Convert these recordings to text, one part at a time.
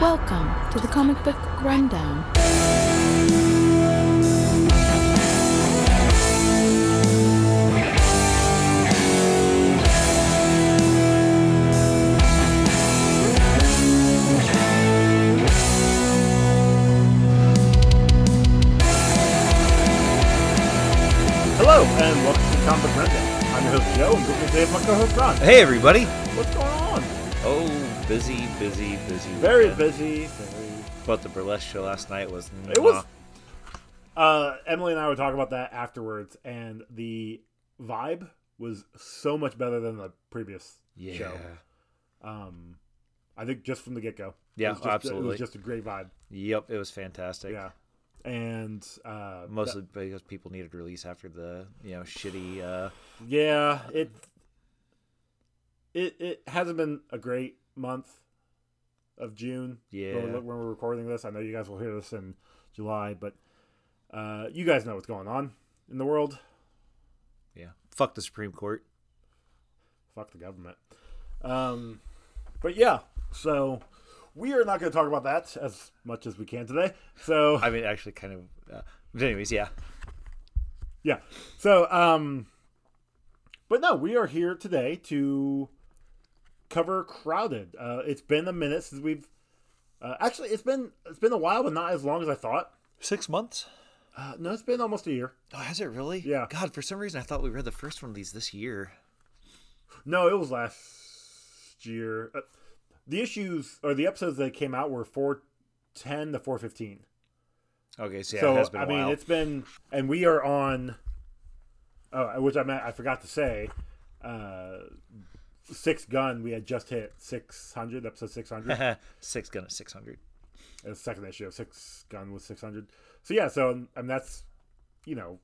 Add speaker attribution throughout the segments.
Speaker 1: Welcome to the Comic Book Rundown.
Speaker 2: Hello, and welcome to Comic Book Rundown. I'm your host, Joe, and with me today is my co-host, Ron.
Speaker 3: Hey everybody!
Speaker 2: What's going on?
Speaker 3: Oh, busy, busy, busy.
Speaker 2: Very
Speaker 3: weekend.
Speaker 2: busy. Very...
Speaker 3: But the burlesque show last night was.
Speaker 2: It was- Uh, Emily and I were talking about that afterwards, and the vibe was so much better than the previous
Speaker 3: Yeah.
Speaker 2: show. Um, I think just from the get-go.
Speaker 3: Yeah,
Speaker 2: It was just- It
Speaker 3: absolutely.
Speaker 2: was just a great vibe.
Speaker 3: Yep, it was fantastic.
Speaker 2: Yeah. And uh,
Speaker 3: Mostly because people needed release after the you know shitty. Uh,
Speaker 2: Yeah, it it it hasn't been a great month of June.
Speaker 3: Yeah.
Speaker 2: when, we're- when we're recording this, I know you guys will hear this in July, but uh, you guys know what's going on in the world.
Speaker 3: yeah. Fuck the Supreme Court.
Speaker 2: Fuck the government. Um, but yeah, so we are not going to talk about that as much as we can today. So
Speaker 3: I mean, actually, kind of. Uh, but anyways, yeah.
Speaker 2: yeah, so um, but no, we are here today to cover crowded uh, it's been a minute since we've uh, actually it's been it's been a while but not as long as i thought
Speaker 3: Six months.
Speaker 2: uh, no it's been almost a year
Speaker 3: Oh, has it really?
Speaker 2: Yeah.
Speaker 3: God, for some reason I thought we read the first one of these this year.
Speaker 2: no it was last year uh, the issues or the episodes that came out were 410 to 415
Speaker 3: Okay, so yeah,
Speaker 2: so
Speaker 3: it has been a
Speaker 2: i mean
Speaker 3: while.
Speaker 2: it's been and we are on oh which i meant i forgot to say uh six gun we had just hit 600 episode 600
Speaker 3: Six gun at six hundred.
Speaker 2: the second issue of Six Gun was 600. So yeah, so um, and that's you know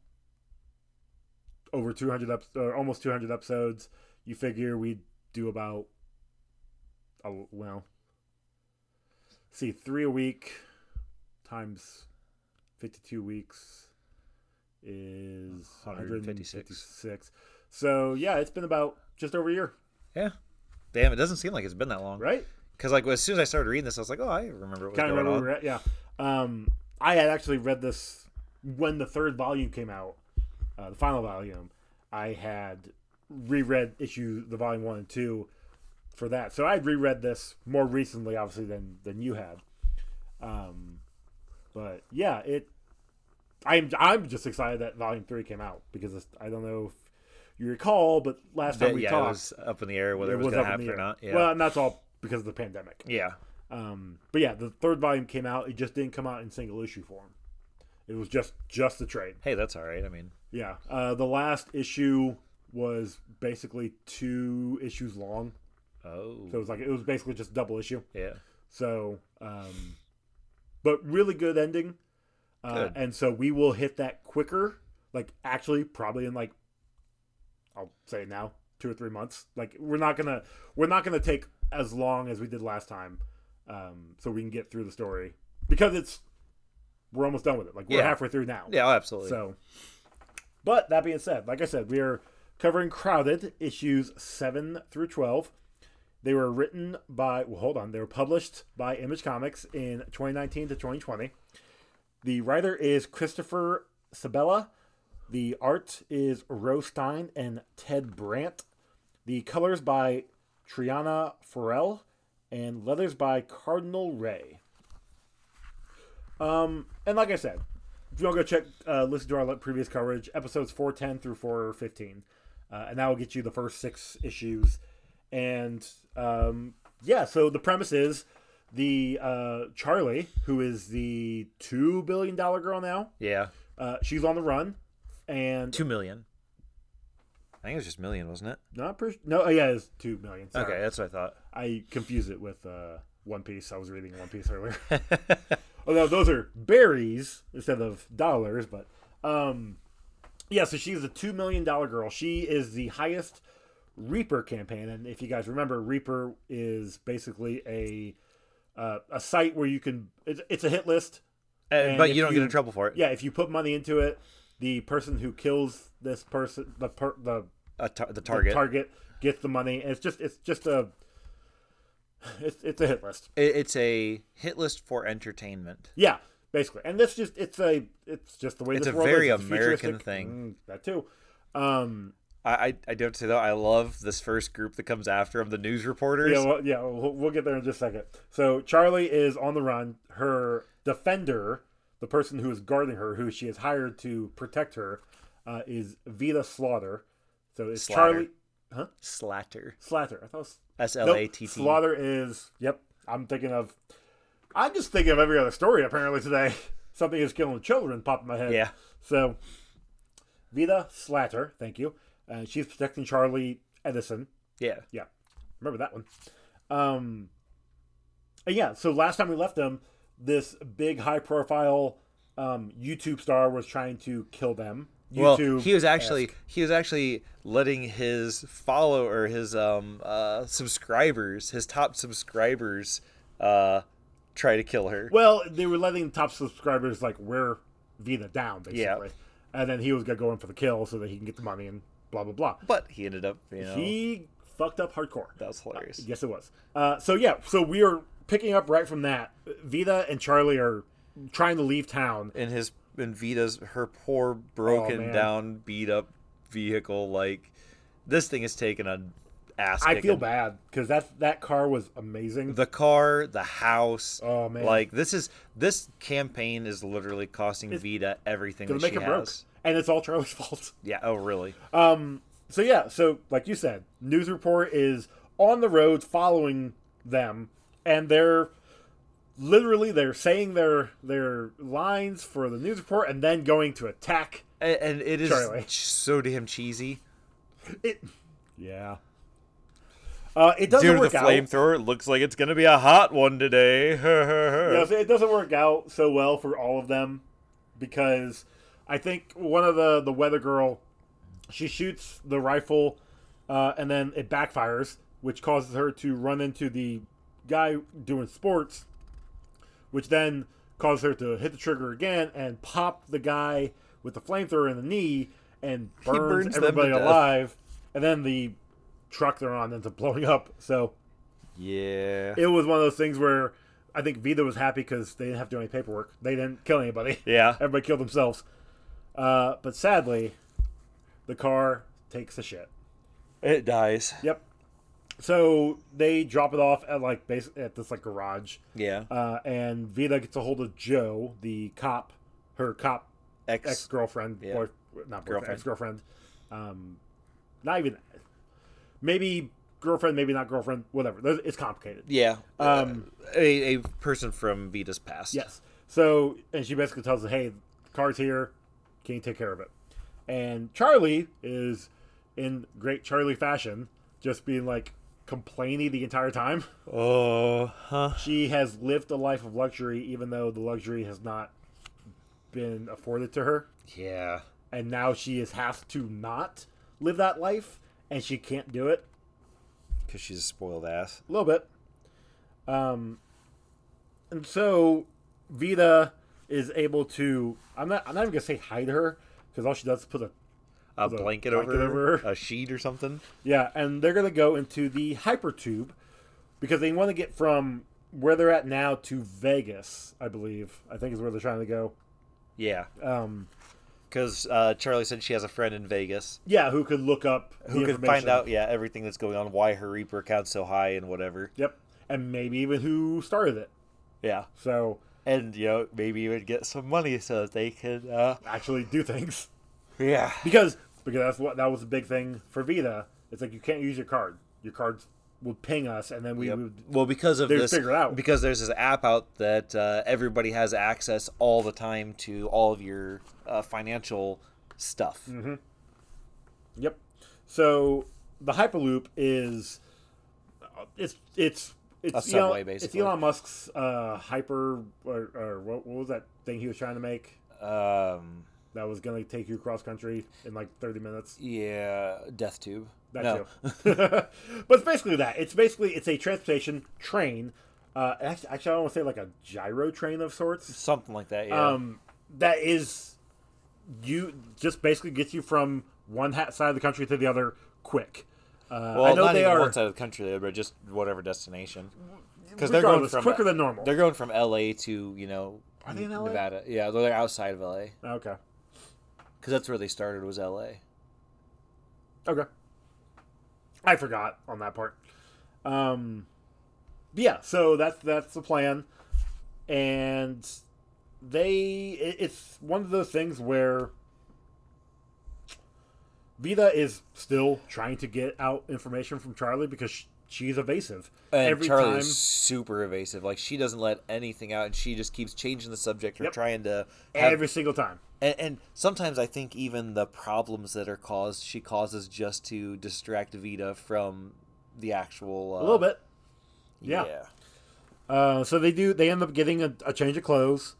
Speaker 2: over 200 up or almost 200 episodes. You figure we do about oh well, see three a week times 52 weeks is
Speaker 3: 156.
Speaker 2: 156. So yeah, it's been about just over a year,
Speaker 3: Yeah. Damn, it doesn't seem like it's been that long.
Speaker 2: right?
Speaker 3: Because like as soon as I started reading this, I was like, oh, I remember what was
Speaker 2: kind of
Speaker 3: going
Speaker 2: remember where
Speaker 3: on.
Speaker 2: we're at. Yeah, um, I had actually read this when the third volume came out, uh, the final volume. I had reread issue the volume one and two for that, so I had reread this more recently, obviously than than you had. Um, but yeah, it. I'm I'm just excited that volume three came out because it's, I don't know if you recall, but last time
Speaker 3: That-
Speaker 2: we
Speaker 3: yeah,
Speaker 2: talked,
Speaker 3: it was up in the air whether it was,
Speaker 2: up
Speaker 3: going to
Speaker 2: in the
Speaker 3: happen or
Speaker 2: air.
Speaker 3: not. Yeah.
Speaker 2: Well, and that's all because of the pandemic.
Speaker 3: yeah.
Speaker 2: Um, but yeah, the third volume came out. It just didn't come out in single issue form. It was just just the trade.
Speaker 3: Hey, that's all right. I mean,
Speaker 2: Yeah, uh, the last issue was basically two issues long.
Speaker 3: oh,
Speaker 2: So it was like it was basically just double issue.
Speaker 3: yeah.
Speaker 2: So, um, but really good ending. Uh,
Speaker 3: Good.
Speaker 2: and so we will hit that quicker. Like actually, probably in like I'll say it now two or three months. Like we're not gonna we're not gonna take as long as we did last time. Um, so we can get through the story because it's we're almost done with it. Like we're
Speaker 3: Yeah.
Speaker 2: halfway through now.
Speaker 3: Yeah, oh, absolutely.
Speaker 2: So, but that being said, like I said, we are covering Crowded issues 7 through 12. They were written by, well, hold on, they were published by Image Comics in 2019 to 2020. The writer is Christopher Sabella. The art is Rose Stein and Ted Brandt. The colors by Triana Farrell and leathers by Cardinal Ray. Um, and like I said, if you want to go check, uh, listen to our previous coverage, episodes 410 through 415. Uh, and that will get you the first six issues. And um, yeah, so the premise is the uh, Charlie, who is the $2 billion girl now,
Speaker 3: yeah,
Speaker 2: uh, she's on the run. And
Speaker 3: two million. I think it was just million, wasn't it?
Speaker 2: not per- no, oh, yeah, it's two million. Sorry.
Speaker 3: Okay, that's what I thought.
Speaker 2: I confuse it with uh, One Piece. I was reading One Piece earlier. Although those are berries instead of dollars, but um, yeah. So she's a two million dollar girl. She is the highest Reaper campaign, and if you guys remember, Reaper is basically a uh, a site where you can. It's, it's a hit list.
Speaker 3: Uh,
Speaker 2: And
Speaker 3: but
Speaker 2: if
Speaker 3: you don't
Speaker 2: you-
Speaker 3: get in trouble for it.
Speaker 2: Yeah, if you put money into it, the person who kills this person, the per, the
Speaker 3: A tar- the target.
Speaker 2: target gets the money and it's just it's just a It's, it's a hit list.
Speaker 3: It, it's a hit list for entertainment.
Speaker 2: Yeah, basically. And that's just it's a it's just the way
Speaker 3: It's
Speaker 2: this
Speaker 3: a
Speaker 2: world
Speaker 3: very
Speaker 2: is. It's
Speaker 3: American
Speaker 2: futuristic.
Speaker 3: thing.
Speaker 2: Mm, that too. Um,
Speaker 3: I, I, I do have to say though, I love this first group that comes after him, the news reporters.
Speaker 2: yeah, well, yeah, we'll, we'll get there in just a second. So Charlie is on the run. Her defender, the person who is guarding her, who she has hired to protect her, uh, is Vita Slaughter. So it's
Speaker 3: Slaughter.
Speaker 2: Charlie
Speaker 3: Slatter.
Speaker 2: Slatter. I thought it was
Speaker 3: S
Speaker 2: Nope,
Speaker 3: L A T T.
Speaker 2: Slaughter is. Yep. I'm thinking of. I'm just thinking of every other story apparently today. Something is killing children popped in my head.
Speaker 3: Yeah.
Speaker 2: So, Vida Slatter, thank you. Uh, she's protecting Charlie Edison.
Speaker 3: Yeah.
Speaker 2: Yeah. Remember that one. Um, and yeah, so last time we left them, this big high profile um, YouTube star was trying to kill them.
Speaker 3: Well,
Speaker 2: YouTube.
Speaker 3: he was actually he was actually letting his follower his um uh subscribers, his top subscribers uh try to kill her.
Speaker 2: Well, they were letting top subscribers like wear Vina down basically,
Speaker 3: Yeah.
Speaker 2: and then he was gonna go in for the kill so that he can get the money and blah blah blah.
Speaker 3: But he ended up, you know,
Speaker 2: He fucked up hardcore.
Speaker 3: that was hilarious.
Speaker 2: Yes, it was. Uh, so yeah, so we are picking up right from that. Vida and Charlie are trying to leave town.
Speaker 3: In his in Vita's her poor broken
Speaker 2: Oh, man.
Speaker 3: down beat up vehicle like this thing is taking a ass
Speaker 2: I feel
Speaker 3: kicking.
Speaker 2: bad because that that car was amazing.
Speaker 3: the car, the house.
Speaker 2: Oh, man.
Speaker 3: Like this is this campaign is literally costing Vita everything
Speaker 2: Gonna
Speaker 3: that
Speaker 2: make
Speaker 3: she
Speaker 2: it
Speaker 3: has.
Speaker 2: broke, and it's all Charlie's fault.
Speaker 3: Yeah. Oh, really?
Speaker 2: Um, so yeah, so like you said, news report is on the road following them, and they're literally they're saying their their lines for the news report, and then going to attack
Speaker 3: and, and it is
Speaker 2: Charlie.
Speaker 3: ch- so damn cheesy.
Speaker 2: it. Yeah. Uh, it doesn't
Speaker 3: Due to the
Speaker 2: work out.
Speaker 3: flamethrower, it looks like it's gonna be a hot one today.
Speaker 2: Yeah, so it doesn't work out so well for all of them because I think one of the the weather girl, she shoots the rifle, uh, and then it backfires, which causes her to run into the guy doing sports, which then causes her to hit the trigger again and pop the guy with the flamethrower in the knee and burns,
Speaker 3: burns them to
Speaker 2: everybody
Speaker 3: death.
Speaker 2: alive, and then the truck they're on ends up blowing up. So
Speaker 3: yeah.
Speaker 2: it was one of those things where I think Vida was happy because they didn't have to do any paperwork. They didn't kill anybody.
Speaker 3: Yeah.
Speaker 2: Everybody killed themselves. Uh, but sadly, the car takes a shit.
Speaker 3: It dies.
Speaker 2: Yep. So they drop it off at like base at this like garage,
Speaker 3: Yeah.
Speaker 2: uh, and Vida gets a hold of Joe, the cop, her cop
Speaker 3: X.
Speaker 2: ex girlfriend,
Speaker 3: Yeah.
Speaker 2: or not
Speaker 3: Girlfriend.
Speaker 2: girlfriend, ex girlfriend, um, not even, maybe girlfriend, maybe not girlfriend, whatever. It's complicated.
Speaker 3: yeah.
Speaker 2: Um,
Speaker 3: Uh, a, a person from Vita's past.
Speaker 2: Yes. So, and she basically tells him, "Hey, the car's here. Can you take care of it?" And Charlie is in great Charlie fashion, just being like complaining the entire time.
Speaker 3: Oh. Huh.
Speaker 2: She has lived a life of luxury, even though the luxury has not been afforded to her,
Speaker 3: Yeah.
Speaker 2: and now she is has to not live that life, and she can't do it.
Speaker 3: Because she's a spoiled ass.
Speaker 2: A little bit. Um, and so Vita is able to. I'm not. I'm not even gonna say hide her because all she does is put a.
Speaker 3: A
Speaker 2: With a
Speaker 3: blanket,
Speaker 2: blanket
Speaker 3: over,
Speaker 2: over her.
Speaker 3: her, a sheet or something.
Speaker 2: Yeah, and they're gonna go into the hypertube because they want to get from where they're at now to Vegas. I believe. I think is where they're trying to go.
Speaker 3: Yeah.
Speaker 2: Um,
Speaker 3: Because uh, Charlie said she has a friend in Vegas
Speaker 2: yeah, who could look up
Speaker 3: who
Speaker 2: the
Speaker 3: could find
Speaker 2: information.
Speaker 3: out, yeah, everything that's going on, why her Reaper account's so high and whatever.
Speaker 2: Yep, and maybe even who started it.
Speaker 3: Yeah.
Speaker 2: So
Speaker 3: and you know maybe even get some money so that they could uh
Speaker 2: actually do things.
Speaker 3: yeah
Speaker 2: because because that's what that was the big thing for Vita. It's like you can't use your card. Your cards would ping us, and then we would.
Speaker 3: well because of
Speaker 2: They'd
Speaker 3: this
Speaker 2: figure it out.
Speaker 3: because there's this app out that uh, everybody has access all the time to all of your uh, financial stuff
Speaker 2: Mm-hmm. Yep. So the Hyperloop is uh, it's it's it's
Speaker 3: A subway, basically.
Speaker 2: It's Elon Musk's uh, hyper or, or what, what was that thing he was trying to make
Speaker 3: um
Speaker 2: that was going to take you across country in like thirty minutes.
Speaker 3: yeah death tube
Speaker 2: That
Speaker 3: no
Speaker 2: too. but it's basically that. It's basically it's a transportation train. Uh, actually, actually, I don't want to say like a gyro train of sorts.
Speaker 3: something like that yeah
Speaker 2: um, that is you just basically gets you from one ha- side of the country to the other quick. Uh,
Speaker 3: Well,
Speaker 2: I know
Speaker 3: not
Speaker 2: they
Speaker 3: even
Speaker 2: are
Speaker 3: one side of the country, though, but just whatever destination. Because they're going
Speaker 2: Regardless,
Speaker 3: from
Speaker 2: quicker than normal.
Speaker 3: They're going from L.A. to you know
Speaker 2: Are they in LA?
Speaker 3: Nevada. Yeah, they're outside of L.A.
Speaker 2: okay.
Speaker 3: because that's where they started was L.A.
Speaker 2: Okay. I forgot on that part. Um but yeah, so that's that's the plan. And they it- it's one of those things where Vida is still trying to get out information from Charlie because sh- she's evasive.
Speaker 3: And
Speaker 2: Every
Speaker 3: Charlie
Speaker 2: time
Speaker 3: is super evasive. Like she doesn't let anything out, and she just keeps changing the subject or
Speaker 2: Yep.
Speaker 3: trying to have
Speaker 2: every single time.
Speaker 3: and, and sometimes I think even the problems that are caused, she causes just to distract Vita from the actual. Uh,
Speaker 2: A little bit. yeah. Uh, so they do they end up getting a, a change of clothes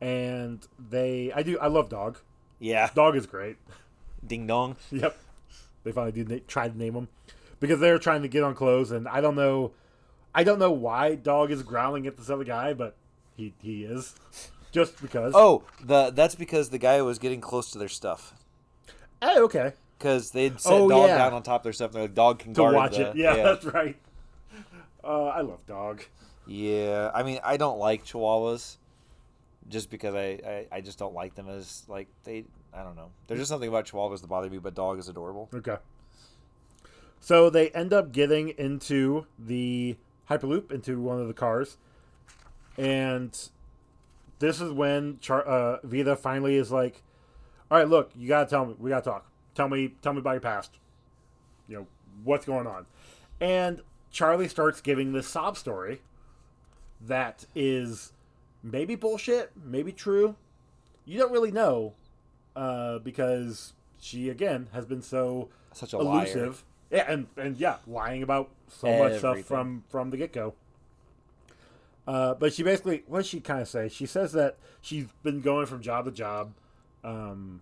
Speaker 2: and they I do I love dog.
Speaker 3: yeah,
Speaker 2: Dog is great.
Speaker 3: Ding dong.
Speaker 2: Yep. They finally did na- try to name him because they're trying to get on clothes, and I don't know, I don't know why dog is growling at this other guy, but he he is just because.
Speaker 3: Oh, the that's because the guy was getting close to their stuff
Speaker 2: Hey, okay.
Speaker 3: because they'd set
Speaker 2: Oh,
Speaker 3: dog
Speaker 2: yeah.
Speaker 3: down on top of their stuff. and They're like, dog can
Speaker 2: To
Speaker 3: guard
Speaker 2: watch
Speaker 3: the-
Speaker 2: it, yeah, that's right. Uh, I love dog.
Speaker 3: Yeah, I mean, I don't like Chihuahuas, just because I, I, I just don't like them as like they. I don't know. There's just something about Chihuahuas that bother me, but dog is adorable.
Speaker 2: Okay. So they end up getting into the Hyperloop, into one of the cars. And this is when Char- uh, Vida finally is like, all right, look, you got to tell me. We got to talk. Tell me, tell me about your past. You know, what's going on? And Charlie starts giving this sob story that is maybe bullshit, maybe true. You don't really know uh, because she, again, has been so
Speaker 3: Such a liar.
Speaker 2: elusive. Yeah, and and yeah, lying about so much stuff
Speaker 3: Everything.
Speaker 2: from from the get go. Uh, but she basically, what does she kind of say? She says that she's been going from job to job, um,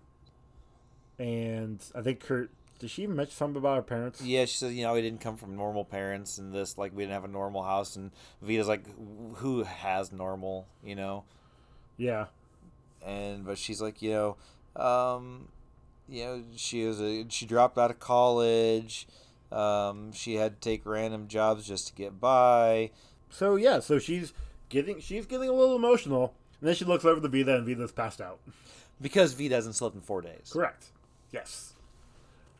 Speaker 2: and I think her. Did she even mention something about her parents?
Speaker 3: Yeah, she says, you know, we didn't come from normal parents and this, like, we didn't have a normal house. And Vita's like, "Wh- who has normal, you know?
Speaker 2: Yeah.
Speaker 3: And, but she's like, you know, um, you know, she was a, she dropped out of college. Um, she had to take random jobs just to get by.
Speaker 2: So yeah, so she's getting she's getting a little emotional, and then she looks over to Vida, and Vida's passed out.
Speaker 3: Because Vita hasn't slept in four days.
Speaker 2: Correct. Yes.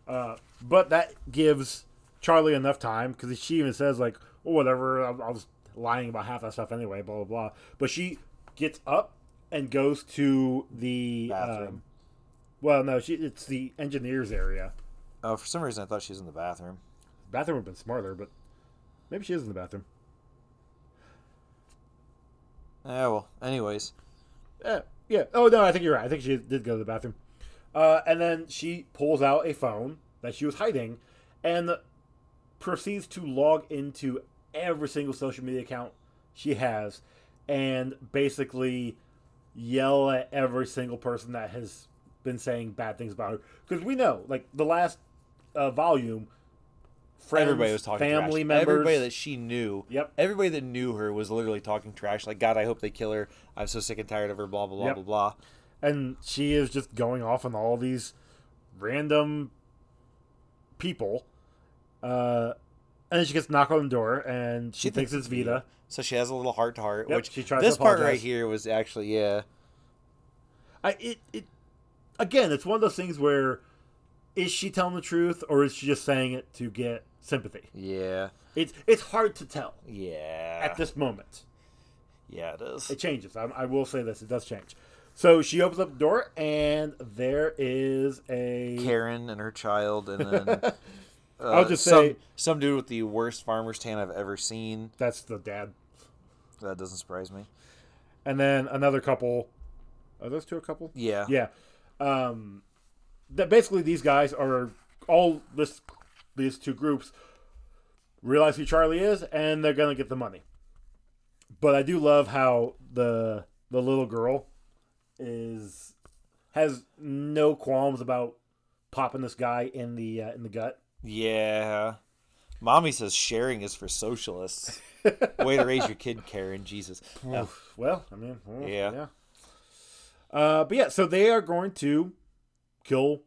Speaker 2: Uh, but that gives Charlie enough time because she even says like, "Oh, whatever, I, I was lying about half that stuff anyway." Blah blah blah. But she gets up and goes to the
Speaker 3: Bathroom.
Speaker 2: um, well, no, she it's the engineers area.
Speaker 3: Oh, for some reason, I thought she was in the bathroom.
Speaker 2: Bathroom would have been smarter, but maybe she is in the bathroom.
Speaker 3: Yeah, well, anyways.
Speaker 2: Yeah, yeah. Oh no, I think you're right. I think she did go to the bathroom, uh, and then she pulls out a phone that she was hiding, and proceeds to log into every single social media account she has, and basically yell at every single person that has been saying bad things about her. Because we know, like the last uh, volume, friends,
Speaker 3: everybody was talking
Speaker 2: family
Speaker 3: trash.
Speaker 2: members,
Speaker 3: Everybody that she knew.
Speaker 2: Yep.
Speaker 3: Everybody that knew her was literally talking trash. Like, God, I hope they kill her. I'm so sick and tired of her. Blah blah blah
Speaker 2: Yep.
Speaker 3: blah blah.
Speaker 2: and she is just going off on all these random people. Uh, and then she gets knocked on the door, and she, thinks it's Vita.
Speaker 3: So she has a little heart to heart.
Speaker 2: Yep,
Speaker 3: Which
Speaker 2: she tries to
Speaker 3: this part right
Speaker 2: apologize.
Speaker 3: here was actually yeah.
Speaker 2: I it it again. It's one of those things where is she telling the truth or is she just saying it to get sympathy?
Speaker 3: Yeah.
Speaker 2: It's it's hard to tell
Speaker 3: Yeah.
Speaker 2: at this moment.
Speaker 3: yeah, it is.
Speaker 2: It changes. I, I will say this. It does change. So she opens up the door, and there is a
Speaker 3: Karen and her child, and then uh,
Speaker 2: I'll just
Speaker 3: some,
Speaker 2: say-
Speaker 3: some dude with the worst farmer's tan I've ever seen.
Speaker 2: that's the dad.
Speaker 3: That doesn't surprise me.
Speaker 2: and then another couple. Are those two a couple?
Speaker 3: Yeah.
Speaker 2: Yeah. Um, that basically these guys are all this. These two groups realize who Charlie is, and they're gonna get the money. But I do love how the the little girl is has no qualms about popping this guy in the uh, in the gut.
Speaker 3: Yeah. Mommy says sharing is for socialists. Way to raise your kid, Karen. Jesus. Oh, No.
Speaker 2: Well, I mean, well,
Speaker 3: Yeah.
Speaker 2: yeah. Uh, but yeah, so they are going to kill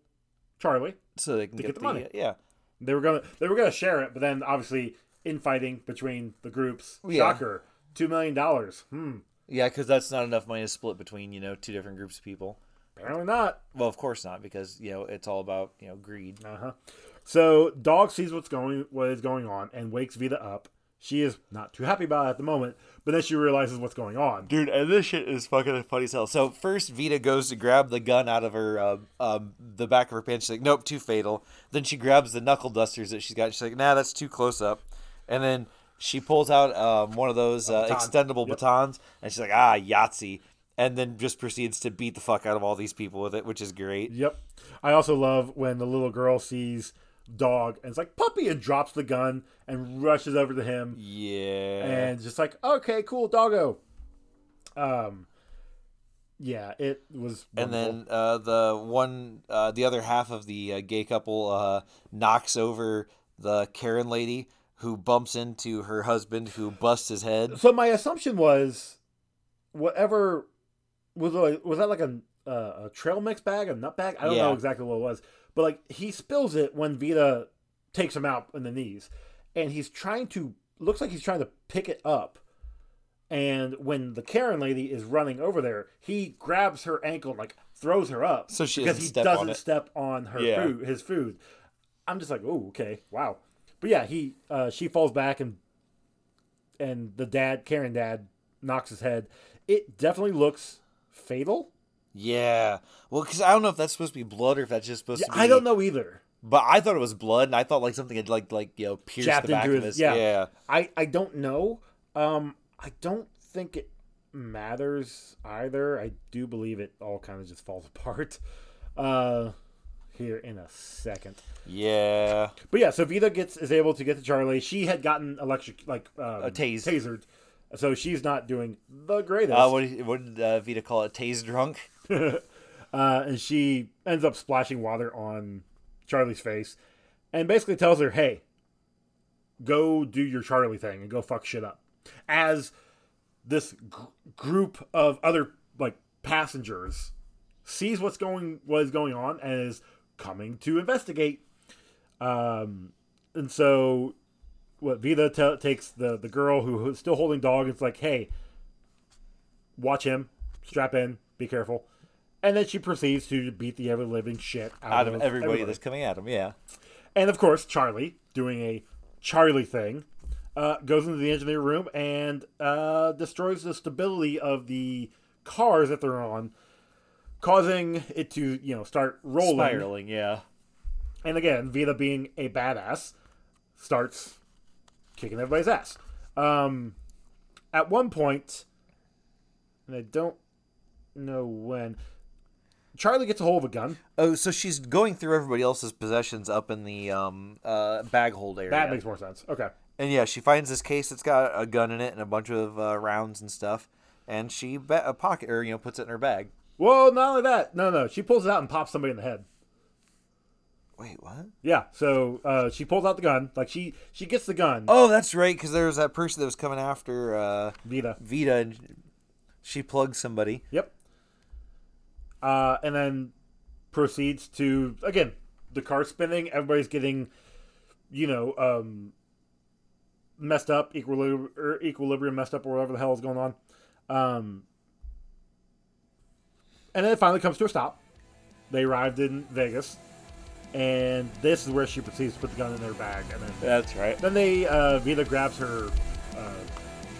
Speaker 2: Charlie.
Speaker 3: So they can
Speaker 2: To
Speaker 3: get,
Speaker 2: get the money.
Speaker 3: Yeah.
Speaker 2: They were gonna they were gonna share it, but then obviously infighting between the groups.
Speaker 3: Oh, Yeah.
Speaker 2: Shocker. Two million dollars. Hmm.
Speaker 3: Yeah, because that's not enough money to split between you know two different groups of people.
Speaker 2: Apparently not.
Speaker 3: Well, of course not, because you know it's all about you know greed.
Speaker 2: Uh huh. So dog sees what's going what is going on and wakes Vita up. She is not too happy about it at the moment, but then she realizes what's going on.
Speaker 3: Dude, and this shit is fucking funny as hell. So first, Vita goes to grab the gun out of her, um, um, the back of her pants. She's like, "Nope, too fatal." Then she grabs the knuckle dusters that she's got. She's like, "Nah, that's too close up." And then she pulls out um, one of those uh,
Speaker 2: baton.
Speaker 3: extendable batons, and she's like, "Ah, Yahtzee." And then just proceeds to beat the fuck out of all these people with it, which is great.
Speaker 2: Yep. I also love when the little girl sees dog and it's like puppy and drops the gun and rushes over to him
Speaker 3: Yeah.
Speaker 2: and just like okay cool doggo um yeah it was
Speaker 3: And
Speaker 2: wonderful.
Speaker 3: then uh, the one, uh, the other half of the uh, gay couple uh, knocks over the Karen lady who bumps into her husband who busts his head.
Speaker 2: so my assumption was whatever was like, was that like a uh, a trail mix bag a nut bag i don't know
Speaker 3: Yeah.
Speaker 2: exactly what it was but like he spills it when vita takes him out in the knees and he's trying to looks like he's trying to pick it up and when the karen lady is running over there he grabs her ankle and like throws her up
Speaker 3: So she
Speaker 2: because
Speaker 3: doesn't
Speaker 2: he
Speaker 3: step on
Speaker 2: doesn't
Speaker 3: it.
Speaker 2: step on her
Speaker 3: Yeah.
Speaker 2: food his food i'm just like oh okay wow but yeah he uh, she falls back and and the dad, Karen dad, knocks his head. It definitely looks fatal.
Speaker 3: Yeah. Well, because I don't know if that's supposed to be blood or if that's just supposed to be.
Speaker 2: I don't know either.
Speaker 3: But I thought it was blood, and I thought like something had like like you know pierced
Speaker 2: Jabbed
Speaker 3: the back
Speaker 2: into
Speaker 3: of
Speaker 2: his-
Speaker 3: his.
Speaker 2: yeah.
Speaker 3: yeah.
Speaker 2: I I don't know. Um, I don't think it matters either. I do believe it all kind of just falls apart. Uh, here in a second.
Speaker 3: Yeah.
Speaker 2: But yeah, so Vita gets is able to get to Charlie. She had gotten electric like um,
Speaker 3: A tase.
Speaker 2: tasered, so she's not doing the greatest.
Speaker 3: Uh, what did, what did uh, Vita call it? Tase drunk.
Speaker 2: uh, and she ends up splashing water on Charlie's face, and basically tells her, "Hey, go do your Charlie thing and go fuck shit up." As this gr- group of other like passengers sees what's going what is going on and is coming to investigate, um, and so what Vida t- takes the the girl who is still holding dog. It's like, "Hey, watch him, strap in, be careful." And then she proceeds to beat the ever living shit out,
Speaker 3: Out of everybody
Speaker 2: everybody.
Speaker 3: that's coming at him. Yeah.
Speaker 2: And of course, Charlie, doing a Charlie thing, uh, goes into the engineer room and uh, destroys the stability of the cars that they're on, causing it to, you know, start rolling.
Speaker 3: Spiraling. Yeah.
Speaker 2: And again, Vita being a badass, starts kicking everybody's ass. Um, at one point, and I don't know when, Charlie gets a hold of a gun.
Speaker 3: Oh, so she's going through everybody else's possessions up in the um uh bag hold area.
Speaker 2: That makes more sense. Okay.
Speaker 3: and yeah, she finds this case that's got a gun in it and a bunch of uh, rounds and stuff, and she ba- a pocket or you know puts it in her bag.
Speaker 2: Well, not only that, no, no, she pulls it out and pops somebody in the head.
Speaker 3: Wait, what?
Speaker 2: Yeah, so uh, she pulls out the gun, like she she gets the gun.
Speaker 3: Oh, that's right, because there was that person that was coming after uh,
Speaker 2: Vita.
Speaker 3: Vita, and she plugs somebody.
Speaker 2: Yep. Uh, and then proceeds to again the car spinning. Everybody's getting, you know, um, messed up equilibrium, or equilibrium messed up, or whatever the hell is going on. Um, and then it finally comes to a stop. They arrived in Vegas, and this is where she proceeds to put the gun in their bag, and then
Speaker 3: That's right.
Speaker 2: Then they uh, Vita grabs her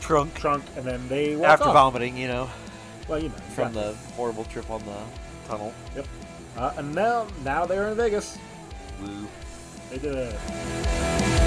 Speaker 3: Trunk
Speaker 2: trunk and then they walk
Speaker 3: after
Speaker 2: off.
Speaker 3: vomiting, you know,
Speaker 2: Well, you know,
Speaker 3: from
Speaker 2: yeah.
Speaker 3: the horrible trip on the tunnel.
Speaker 2: yep. Uh, and now now they're in Vegas.
Speaker 3: Woo.
Speaker 2: They did it.